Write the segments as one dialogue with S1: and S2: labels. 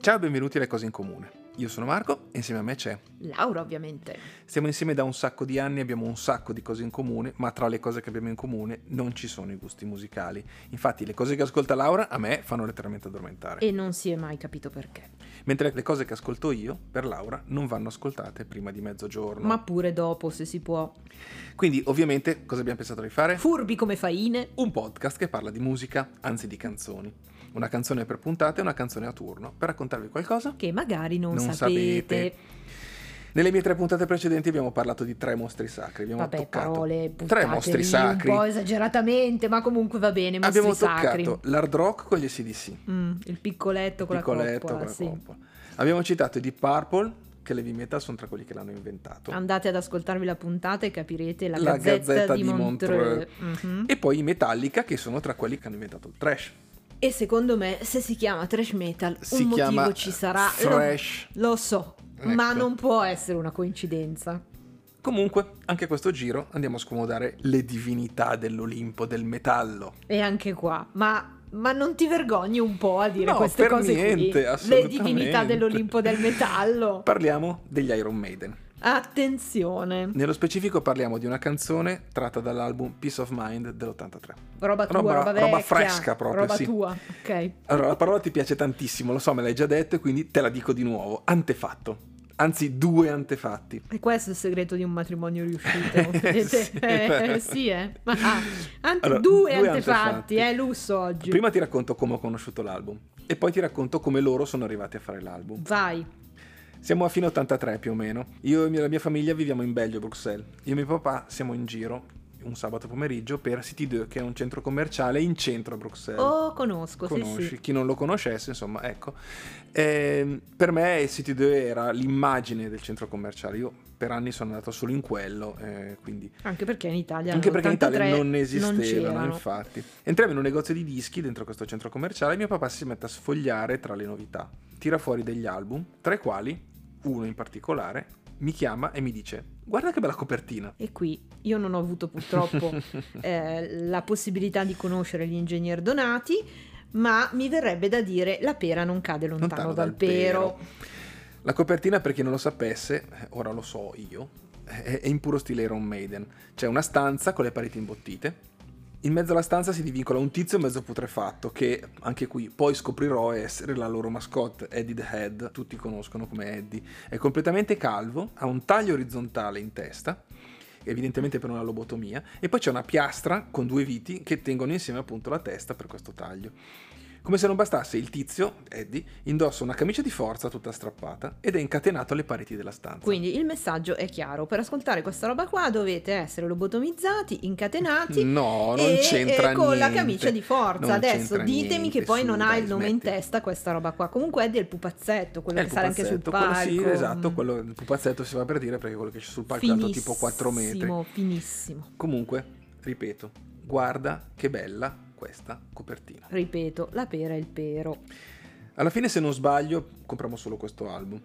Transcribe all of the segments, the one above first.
S1: Ciao e benvenuti alle Cose in Comune. Io sono Marco e insieme a me c'è.
S2: Laura, ovviamente.
S1: Stiamo insieme da un sacco di anni, abbiamo un sacco di cose in comune, ma tra le cose che abbiamo in comune non ci sono i gusti musicali. Infatti le cose che ascolta Laura a me fanno letteralmente addormentare,
S2: E non si è mai capito perché.
S1: mentre le cose che ascolto io, per Laura, non vanno ascoltate prima di mezzogiorno.
S2: Ma pure dopo, se si può.
S1: Quindi ovviamente cosa abbiamo pensato di fare?
S2: Furbi come faine.
S1: Un podcast che parla di musica, anzi di canzoni. Una canzone per puntata e una canzone a turno, per raccontarvi qualcosa
S2: Che magari non,
S1: non
S2: sapete.
S1: sapete. Nelle mie tre puntate precedenti abbiamo parlato di tre mostri sacri. Abbiamo
S2: Vabbè,
S1: toccato
S2: parole.
S1: tre
S2: buttateli
S1: mostri sacri.
S2: Un po' esageratamente, ma comunque va bene. Mostri
S1: abbiamo
S2: sacri.
S1: toccato l'hard rock con gli SDC,
S2: Mm, il piccoletto con la
S1: piccoletto
S2: coppola.
S1: con la
S2: sì.
S1: coppola. Abbiamo citato i Deep Purple, che l'heavy metal sono tra quelli che l'hanno inventato.
S2: Andate ad ascoltarvi la puntata e capirete la,
S1: La
S2: gazzetta,
S1: Gazzetta
S2: di
S1: di
S2: Montreux. Mhm.
S1: E poi i Metallica, che sono tra quelli che hanno inventato il trash.
S2: E secondo me, se si chiama trash metal,
S1: Si
S2: un
S1: chiama
S2: motivo ci sarà. Lo-
S1: thrash.
S2: Lo so,
S1: Ecco.
S2: ma non può essere una coincidenza.
S1: Comunque, anche questo giro andiamo a scomodare le divinità dell'Olimpo, del metallo.
S2: E anche qua, ma, ma non ti vergogni un po' a dire
S1: No,
S2: queste
S1: per
S2: cose
S1: niente,
S2: qui? Le
S1: assolutamente.
S2: divinità dell'Olimpo del metallo.
S1: Parliamo degli Iron Maiden.
S2: Attenzione,
S1: Nello specifico parliamo di una canzone tratta dall'album Peace of Mind dell'83.
S2: roba tua,
S1: Roba-
S2: roba, vecchia,
S1: roba fresca proprio,
S2: roba
S1: sì.
S2: tua, ok.
S1: Allora, la parola ti piace tantissimo, lo so, me l'hai già detto, e quindi te la dico di nuovo. Antefatto. Anzi, due antefatti.
S2: E questo è il segreto di un matrimonio riuscito,
S1: Eh,
S2: vedete?
S1: sì.
S2: Eh, sì, eh. Ma- ah, ante-
S1: Allora,
S2: due,
S1: due
S2: antefatti,
S1: antefatti.
S2: eh, lusso oggi.
S1: Prima ti racconto come ho conosciuto l'album e poi ti racconto come loro sono arrivati a fare l'album.
S2: Vai.
S1: Siamo a fine 83 più o meno. Io e mia- la mia famiglia viviamo in Belgio, Bruxelles. Io e mio papà siamo in giro un sabato pomeriggio per City 2, che è un centro commerciale in centro a Bruxelles.
S2: Oh, conosco,
S1: Eh, conosci,
S2: sì, sì.
S1: chi non lo conoscesse, insomma, ecco. Ehm, per me il City 2 era l'immagine del centro commerciale. Io per anni sono andato solo in quello, eh, quindi
S2: Anche perché in Italia
S1: anche perché in Italia
S2: nell'83
S1: non esistevano,
S2: c'erano.
S1: infatti. Entriamo in un negozio di dischi dentro questo centro commerciale e mio papà si mette a sfogliare tra le novità. Tira fuori degli album, tra i quali uno in particolare mi chiama e mi dice "Guarda che bella copertina".
S2: E qui io non ho avuto purtroppo eh, la possibilità di conoscere l'ingegner Donati, ma mi verrebbe da dire la pera non cade lontano, dal, pero.
S1: La copertina, per chi non lo sapesse, eh, ora lo so io, è è in puro stile Iron Maiden. C'è una stanza con le pareti imbottite. In mezzo alla stanza si divincola un tizio mezzo putrefatto che, anche qui, poi scoprirò essere la loro mascotte, Eddie the Head. Tutti conoscono come Eddie. È completamente calvo, ha un taglio orizzontale in testa, evidentemente per una lobotomia, e poi c'è una piastra con due viti che tengono insieme appunto la testa per questo taglio. Come se non bastasse, il tizio, Eddie, indossa una camicia di forza tutta strappata ed è incatenato alle pareti della stanza.
S2: Quindi il messaggio è chiaro, per ascoltare questa roba qua dovete essere lobotomizzati, incatenati
S1: No, non
S2: e,
S1: c'entra
S2: e con la
S1: niente.
S2: camicia di forza.
S1: Non
S2: Adesso
S1: c'entra
S2: ditemi
S1: niente,
S2: che poi
S1: su,
S2: non ha
S1: dai,
S2: il nome in
S1: smetti.
S2: testa questa roba qua. Comunque Eddie è del pupazzetto, quello
S1: È
S2: che
S1: il
S2: sale anche sul
S1: pupazzetto, Ecco, quello
S2: palco.
S1: Sì, esatto, quello, il pupazzetto si va per dire perché quello che c'è sul palco è alto tipo 4 metri.
S2: Finissimo, finissimo.
S1: Comunque, ripeto, guarda che bella questa copertina.
S2: Ripeto, la pera è il pero.
S1: Alla fine, se non sbaglio, compriamo solo questo album.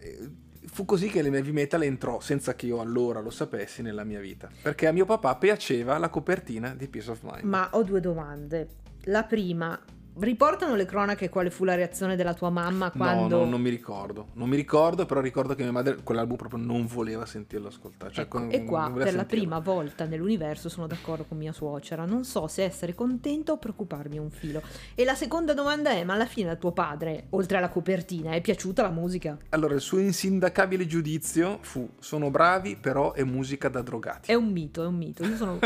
S1: Eh, Fu così che l'heavy metal entrò, senza che io allora lo sapessi, nella mia vita. Perché a mio papà piaceva la copertina di Peace of Mind.
S2: Ma ho due domande. La prima, riportano le cronache quale fu la reazione della tua mamma quando...
S1: No, no, non mi ricordo. Non mi ricordo, però ricordo che mia madre quell'album proprio non voleva sentirlo ascoltare. Cioè,
S2: Ecco,
S1: con-
S2: e qua
S1: non voleva
S2: per la
S1: sentirlo.
S2: prima volta nell'universo sono d'accordo con mia suocera, non so se essere contento o preoccuparmi un filo. E la seconda domanda è, ma alla fine a tuo padre, oltre alla copertina, è piaciuta la musica?
S1: Allora, il suo insindacabile giudizio fu: sono bravi, però è musica da drogati.
S2: È un mito, è un mito. Io sono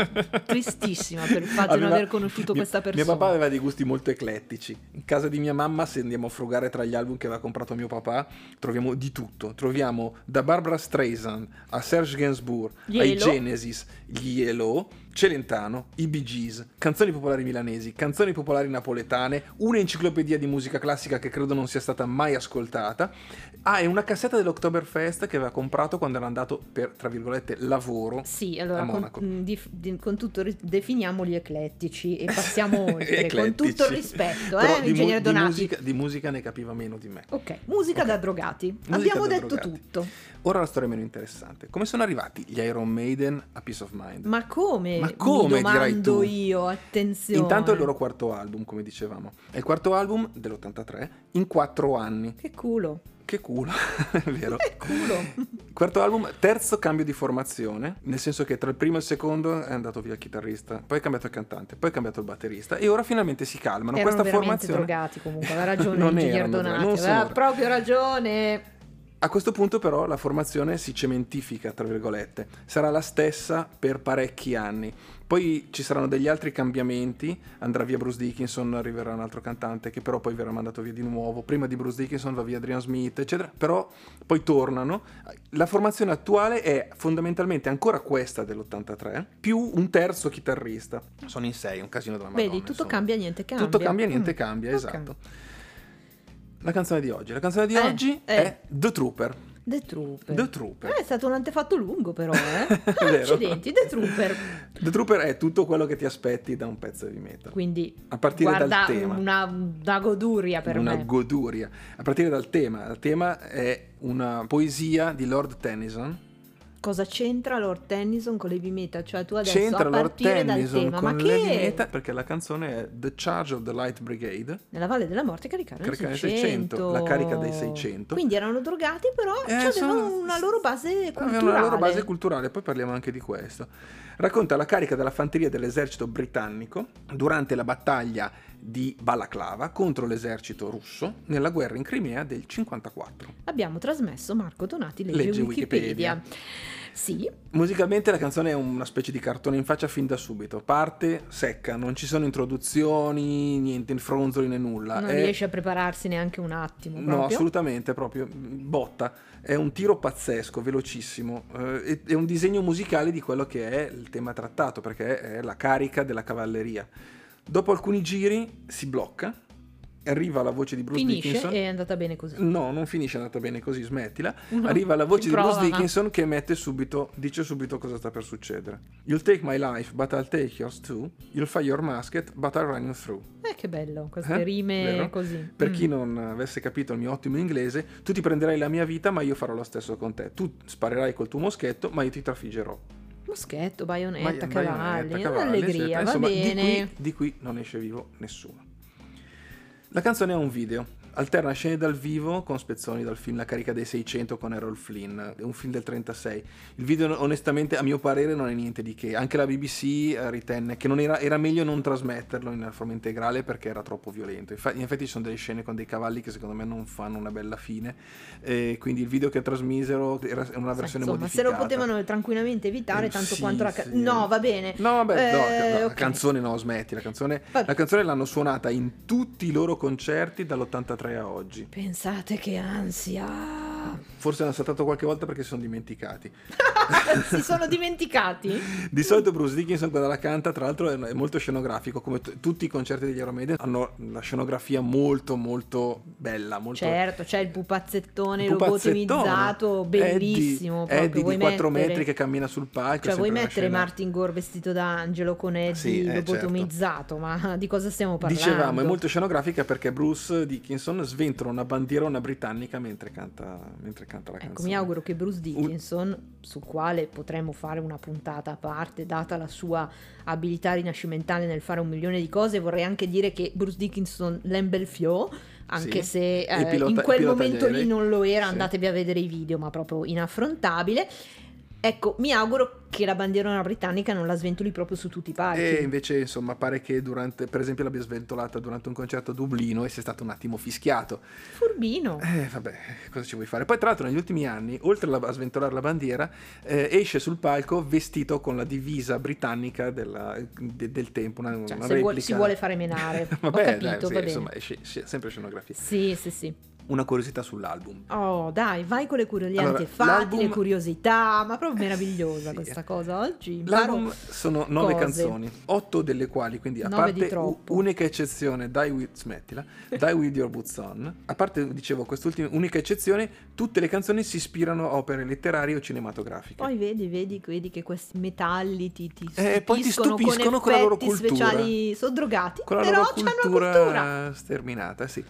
S2: tristissima per il fatto di non
S1: Aveva-
S2: aver conosciuto
S1: mio-
S2: questa persona.
S1: Mio papà aveva dei gusti molto eclettici. In casa di mia mamma, se andiamo a frugare tra gli album che aveva comprato mio papà, troviamo di tutto. Troviamo da Barbara Streisand a Serge Gainsbourg,
S2: Gli
S1: ai
S2: Hello.
S1: Genesis, gli Elo, Celentano, i Bee Gees, canzoni popolari milanesi, canzoni popolari napoletane, un'enciclopedia di musica classica che credo non sia stata mai ascoltata. Ah, e una cassetta dell'Oktoberfest che aveva comprato quando era andato per, tra virgolette, lavoro.
S2: Sì, allora
S1: a
S2: con,
S1: Monaco.
S2: mh, dif- di- con tutto ri- definiamoli eclettici e passiamo oltre, con
S1: Eclettici.
S2: tutto il rispetto,
S1: Però
S2: eh,
S1: di mu-
S2: ingegnere
S1: di
S2: Donati.
S1: musica, di musica ne capiva meno di me.
S2: Ok, musica da drogati.
S1: Musica
S2: Abbiamo
S1: da
S2: detto
S1: drogati.
S2: tutto.
S1: Ora la storia meno interessante. Come sono arrivati gli Iron Maiden a Peace of Mind?
S2: Ma come?
S1: Ma come,
S2: mi
S1: dirai
S2: domando
S1: tu?
S2: io, attenzione.
S1: Intanto è il loro quarto album, come dicevamo. È il quarto album dell'83 in quattro anni.
S2: Che culo.
S1: Che culo, è vero.
S2: Che culo.
S1: Quarto album, terzo cambio di formazione, nel senso che tra il primo e il secondo è andato via il chitarrista, poi è cambiato il cantante, poi è cambiato il batterista e ora finalmente si calmano.
S2: Erano
S1: Questa
S2: veramente
S1: formazione
S2: drogati comunque, aveva ragione
S1: Non
S2: Luigi
S1: erano drogati,
S2: Ghiardonati,
S1: non sono
S2: aveva
S1: drogati.
S2: proprio ragione.
S1: A questo punto però la formazione si cementifica, tra virgolette, sarà la stessa per parecchi anni. Poi ci saranno degli altri cambiamenti, andrà via Bruce Dickinson, arriverà un altro cantante che però poi verrà mandato via di nuovo, prima di Bruce Dickinson va via Adrian Smith, eccetera, però poi tornano. La formazione attuale è fondamentalmente ancora questa dell'83, più un terzo chitarrista. Sono in sei, è un casino della madonna.
S2: Vedi, tutto
S1: insomma.
S2: cambia, niente cambia.
S1: Tutto cambia, niente
S2: Mm.
S1: cambia,
S2: Ok.
S1: esatto. La canzone di oggi, la canzone di
S2: Eh,
S1: oggi
S2: eh.
S1: è The Trooper.
S2: The Trooper.
S1: The Trooper.
S2: Eh, è stato un antefatto lungo però, eh.
S1: È
S2: Ah,
S1: vero.
S2: Accidenti, The Trooper.
S1: The Trooper è tutto quello che ti aspetti da un pezzo di metal.
S2: Quindi
S1: A partire
S2: guarda
S1: dal tema.
S2: Una, una goduria per
S1: una
S2: me.
S1: goduria. A partire dal tema. Il tema è una poesia di Lord Tennyson.
S2: Cosa c'entra Lord Tennyson con l'heavy metal? Cioè tu adesso
S1: C'entra
S2: a
S1: Lord
S2: partire
S1: Tennyson
S2: dal tema,
S1: con
S2: ma
S1: l'heavy
S2: che
S1: metal perché la canzone è The Charge of the Light Brigade.
S2: nella Valle della Morte caricare
S1: Caricare
S2: il
S1: il 600, la carica dei 600.
S2: Quindi erano drogati, però
S1: Eh,
S2: avevano
S1: sono-
S2: Cioè, una loro base culturale.
S1: Avevano la loro base culturale, poi parliamo anche di questo. Racconta la carica della fanteria dell'esercito britannico durante la battaglia di Balaclava contro l'esercito russo nella guerra in Crimea del 54.
S2: Abbiamo trasmesso Marco Donati legge,
S1: Legge
S2: Wikipedia.
S1: Wikipedia.
S2: Sì,
S1: Musicalmente la canzone è una specie di cartone in faccia fin da subito, parte secca, non ci sono introduzioni, niente fronzoli né nulla.
S2: non
S1: È-
S2: riesce a prepararsi neanche un attimo.
S1: Ah, eh. No,
S2: proprio.
S1: assolutamente, proprio mm, botta. È un tiro pazzesco, velocissimo. eh, e- è un disegno musicale di quello che è il tema trattato, perché è la carica della cavalleria. Dopo alcuni giri si blocca, arriva la voce di Bruce
S2: Finisce
S1: Dickinson.
S2: e è andata bene così.
S1: No, non finisce, è andata bene così, smettila.
S2: No,
S1: Arriva la voce
S2: ci
S1: di Bruce
S2: prova.
S1: Dickinson che mette subito, dice subito cosa sta per succedere. You'll take my life, but I'll take yours too. You'll fire your musket, but I'll run you through.
S2: Eh, che bello, queste
S1: Eh?
S2: rime
S1: Vero?
S2: così.
S1: Per
S2: Mm.
S1: chi non avesse capito il mio ottimo inglese, tu ti prenderai la mia vita, ma io farò lo stesso con te. Tu sparerai col tuo moschetto, ma io ti trafiggerò.
S2: Moschetto,
S1: Ma-
S2: baionetta,
S1: baionetta,
S2: cavalli,
S1: cavalli,
S2: allegria,
S1: eccetera.
S2: va
S1: Insomma, di
S2: bene.
S1: qui, di qui non esce vivo nessuno. La canzone ha un video. Alterna scene dal vivo con spezzoni dal film La carica dei 600 con Errol Flynn, è un film del 36. Il video onestamente a mio parere non è niente di che, anche la BBC eh, ritenne che non era, era meglio non trasmetterlo in forma integrale perché era troppo violento. Infa- in effetti ci sono delle scene con dei cavalli che secondo me non fanno una bella fine, eh, quindi il video che trasmisero era una
S2: Sai,
S1: versione
S2: Insomma, se
S1: modificata.
S2: lo potevano tranquillamente evitare,
S1: Eh,
S2: tanto
S1: sì,
S2: quanto la ca-
S1: sì.
S2: No, va bene.
S1: No, vabbè,
S2: Eh,
S1: no, la
S2: ok.
S1: canzone no, smetti, la canzone,
S2: Vabbè.
S1: la canzone l'hanno suonata in tutti i loro concerti dall'83 a oggi.
S2: Pensate che ansia.
S1: Forse l'hanno saltato qualche volta perché si sono dimenticati.
S2: si sono dimenticati?
S1: Di solito Bruce Dickinson quando la canta, tra l'altro è è molto scenografico, come t- tutti i concerti degli Iron Maiden hanno una scenografia molto molto bella, molto
S2: Certo, c'è il pupazzettone
S1: pupazzettona.
S2: lobotomizzato, bellissimo.
S1: Eddie,
S2: proprio.
S1: Eddie
S2: Vuoi
S1: di 4
S2: mettere-
S1: metri che cammina sul palco.
S2: Cioè,
S1: è sempre
S2: vuoi
S1: una
S2: mettere
S1: scena-
S2: Martin Gore vestito da angelo con Eddie
S1: Sì, eh,
S2: lobotomizzato? Ma di cosa stiamo parlando?
S1: Dicevamo, è molto scenografica perché Bruce Dickinson sventola una bandierona britannica mentre canta, mentre canta la canzone.
S2: Ecco, mi auguro che Bruce Dickinson, sul quale potremmo fare una puntata a parte, data la sua abilità rinascimentale nel fare un milione di cose, vorrei anche dire che Bruce Dickinson l'embelfiò, anche
S1: Sì.
S2: se
S1: E
S2: eh,
S1: pilota-
S2: in quel
S1: pilota
S2: momento
S1: aerei.
S2: lì non lo era,
S1: Sì.
S2: andatevi a vedere i video, ma proprio inaffrontabile. Ecco, mi auguro che la bandierona britannica non la sventoli proprio su tutti i parchi.
S1: E invece, insomma, pare che durante, per esempio, l'abbia sventolata durante un concerto a Dublino e sia stato un attimo fischiato.
S2: Furbino.
S1: Eh, vabbè, cosa ci vuoi fare? Poi, tra l'altro, negli ultimi anni, oltre alla- a sventolare la bandiera, eh, esce sul palco vestito con la divisa britannica della- de- del tempo, una,
S2: Cioè,
S1: una
S2: se vuol-
S1: replica.
S2: si vuole fare menare.
S1: Vabbè,
S2: Ho capito,
S1: dai, sì,
S2: va bene.
S1: insomma, esce- esce- sempre scenografia.
S2: Sì, sì, sì.
S1: Una curiosità sull'album.
S2: Oh, dai, vai con le curiosità,
S1: Allora,
S2: fatti le
S1: l'album-
S2: curiosità, ma proprio meravigliosa
S1: Sì.
S2: questa cosa. Oggi imparo
S1: L'album sono nove
S2: cose.
S1: canzoni, otto delle quali, quindi a
S2: Nove di
S1: parte u-
S2: troppo.
S1: unica eccezione, Die With, smettila, Die With Your Boots On, a parte, dicevo, quest'ultima unica eccezione, tutte le canzoni si ispirano a opere letterarie o cinematografiche.
S2: Poi vedi, vedi, vedi che questi metalli ti, ti stupiscono,
S1: Eh, poi ti stupiscono con la loro
S2: effetti
S1: cultura.
S2: speciali, sono drogati,
S1: Con la
S2: però
S1: loro
S2: c'hanno
S1: cultura,
S2: una cultura.
S1: sterminata, sì.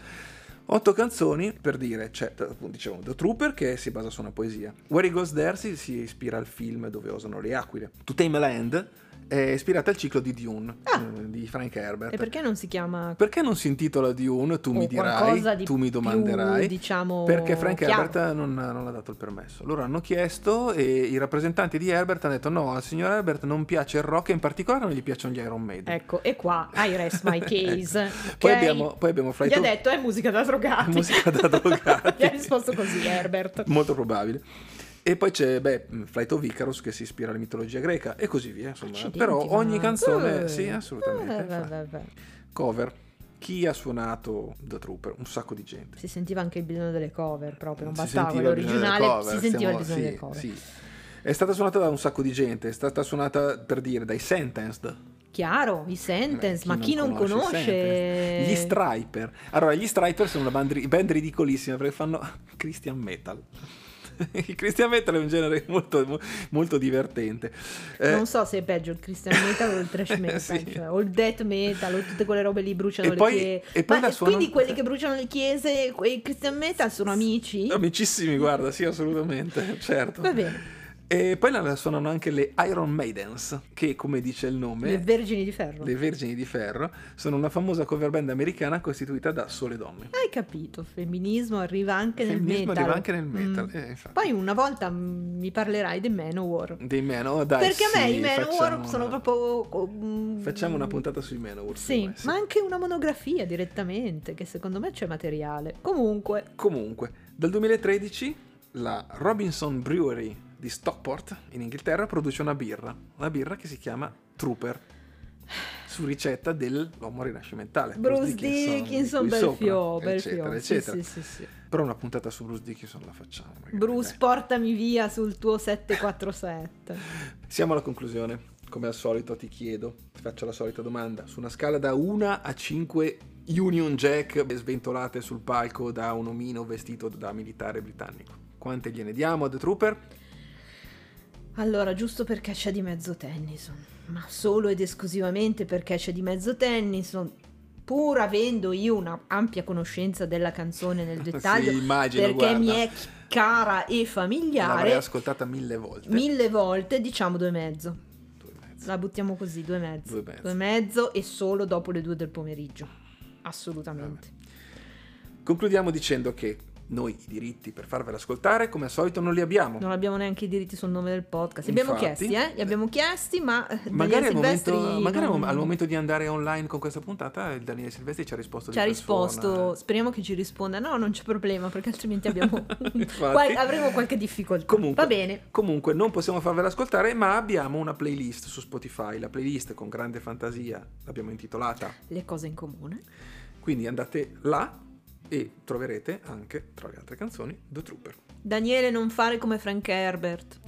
S1: Otto canzoni, per dire, c'è, appunto, diciamo, The Trooper che si basa su una poesia. Where He Goes There si, si ispira al film dove osano le aquile. To Tame a Land è ispirata al ciclo di Dune
S2: Ah.
S1: eh, di Frank Herbert.
S2: E perché non si chiama
S1: Perché non si intitola Dune? Tu
S2: o
S1: mi
S2: qualcosa
S1: dirai,
S2: di
S1: tu mi
S2: più,
S1: domanderai.
S2: diciamo,
S1: Perché Frank
S2: chiaro?
S1: Herbert non, non ha dato il permesso. Loro hanno chiesto e i rappresentanti di Herbert hanno detto no, al signor Herbert non piace il rock e in particolare non gli piacciono gli Iron Maiden.
S2: Ecco, e qua I rest my case.
S1: Ecco. Poi
S2: ok?
S1: abbiamo, poi abbiamo Flight
S2: Gli ha
S1: of-
S2: detto è musica da drogati.
S1: Musica da drogati.
S2: Ah, Gli ha risposto così Herbert.
S1: Molto probabile. E poi c'è, beh, Flight of Icarus che si ispira alla mitologia greca e così via, insomma.
S2: Accidenti,
S1: Però
S2: ma-
S1: ogni canzone,
S2: Eh.
S1: sì, assolutamente.
S2: Eh, beh,
S1: fa.
S2: beh, beh.
S1: Cover. Chi ha suonato The Trooper? Un sacco di gente.
S2: Si sentiva anche il bisogno delle cover proprio, non
S1: Si
S2: bastava
S1: sentiva il bisogno delle
S2: l'originale,
S1: cover,
S2: si sentiva il
S1: stiamo-
S2: bisogno
S1: sì,
S2: delle cover.
S1: sì. È stata suonata da un sacco di gente, è stata suonata per dire dai Sentenced. Eh,
S2: Chiaro, i Sentence,
S1: Beh,
S2: ma chi non
S1: i
S2: conosce?
S1: Sentenced? Gli Striper. Allora, gli Striper sono una band, ri- band ridicolissima perché fanno Christian Metal. Il Christian Metal è un genere molto, mo- molto divertente. Eh,
S2: Non so se è peggio il Christian Metal o il Trash Metal,
S1: Sì.
S2: cioè, o il Death Metal, o tutte quelle robe lì bruciano
S1: E
S2: le
S1: poi-
S2: chiese.
S1: e poi
S2: Ma
S1: la suonano-
S2: quindi quelli che bruciano le chiese e il Christian Metal sono amici?
S1: eh, Amicissimi, guarda, sì, assolutamente, certo.
S2: Va bene,
S1: E poi la suonano anche le Iron Maidens, che come dice il nome...
S2: le Vergini di Ferro.
S1: Le Vergini di Ferro sono una famosa cover band americana costituita da sole donne.
S2: Hai capito, femminismo arriva anche
S1: Il Femminismo
S2: nel metal.
S1: arriva anche nel metal.
S2: Mm.
S1: eh, infatti.
S2: Poi una volta mm, mi parlerai dei Manowar.
S1: Dei Manowar, dai,
S2: Perché a me
S1: sì,
S2: i Manowar
S1: facciamo
S2: sono
S1: una-
S2: proprio... mm,
S1: Facciamo una puntata eh, sui Manowar. secondo
S2: Sì,
S1: me,
S2: ma anche una monografia direttamente, che secondo me c'è materiale. Comunque,
S1: Comunque, dal 2013 la Robinson Brewery di Stockport, in Inghilterra, produce una birra. Una birra che si chiama Trooper. Su ricetta dell'uomo rinascimentale
S2: Bruce
S1: Eh, di
S2: Dickinson,
S1: cui
S2: bel
S1: sopra,
S2: fio, bel
S1: eccetera,
S2: fio. Sì,
S1: eccetera.
S2: sì, sì, sì.
S1: Però una puntata su Bruce Dickinson la facciamo. magari,
S2: Bruce,
S1: dai.
S2: portami via sul tuo 747.
S1: Siamo alla conclusione. Come al solito ti chiedo, ti faccio la solita domanda. Su una scala da 1 a 5 Union Jack sventolate sul palco da un omino vestito da militare britannico. Quante gliene diamo a The Trooper?
S2: Allora, giusto perché c'è di mezzo Tennyson, ma solo ed esclusivamente perché c'è di mezzo Tennyson, pur avendo io una ampia conoscenza della canzone nel dettaglio,
S1: Sì, immagino,
S2: perché
S1: guarda.
S2: mi è cara e
S1: L'avrei
S2: familiare,
S1: ascoltata mille volte.
S2: mille volte diciamo due e mezzo.
S1: Due e mezzo.
S2: La buttiamo così, due e mezzo.
S1: Due e mezzo.
S2: Due e mezzo e solo dopo le due del pomeriggio.
S1: Eh,
S2: Assolutamente.
S1: Concludiamo dicendo che noi i diritti per farvela ascoltare, come al solito, non li abbiamo.
S2: Non abbiamo neanche i diritti sul nome del podcast. Li abbiamo
S1: Infatti.
S2: chiesti, eh? Li abbiamo chiesti, ma eh,
S1: Magari,
S2: Daniele
S1: al
S2: Silvestri
S1: momento, magari
S2: non-
S1: al momento di andare online con questa puntata, il Daniele Silvestri ci ha risposto
S2: ci ha
S1: di persona. eh.
S2: risposto, speriamo che ci risponda. No, non c'è problema, perché altrimenti abbiamo
S1: Infatti.
S2: qual- avremo qualche difficoltà.
S1: Comunque.
S2: Va bene.
S1: Comunque non possiamo farvela ascoltare, ma abbiamo una playlist su Spotify. La playlist con grande fantasia l'abbiamo intitolata.
S2: Le cose in comune.
S1: Quindi andate là e troverete anche, tra le altre canzoni, The Trooper.
S2: Daniele, non fare come Frank Herbert.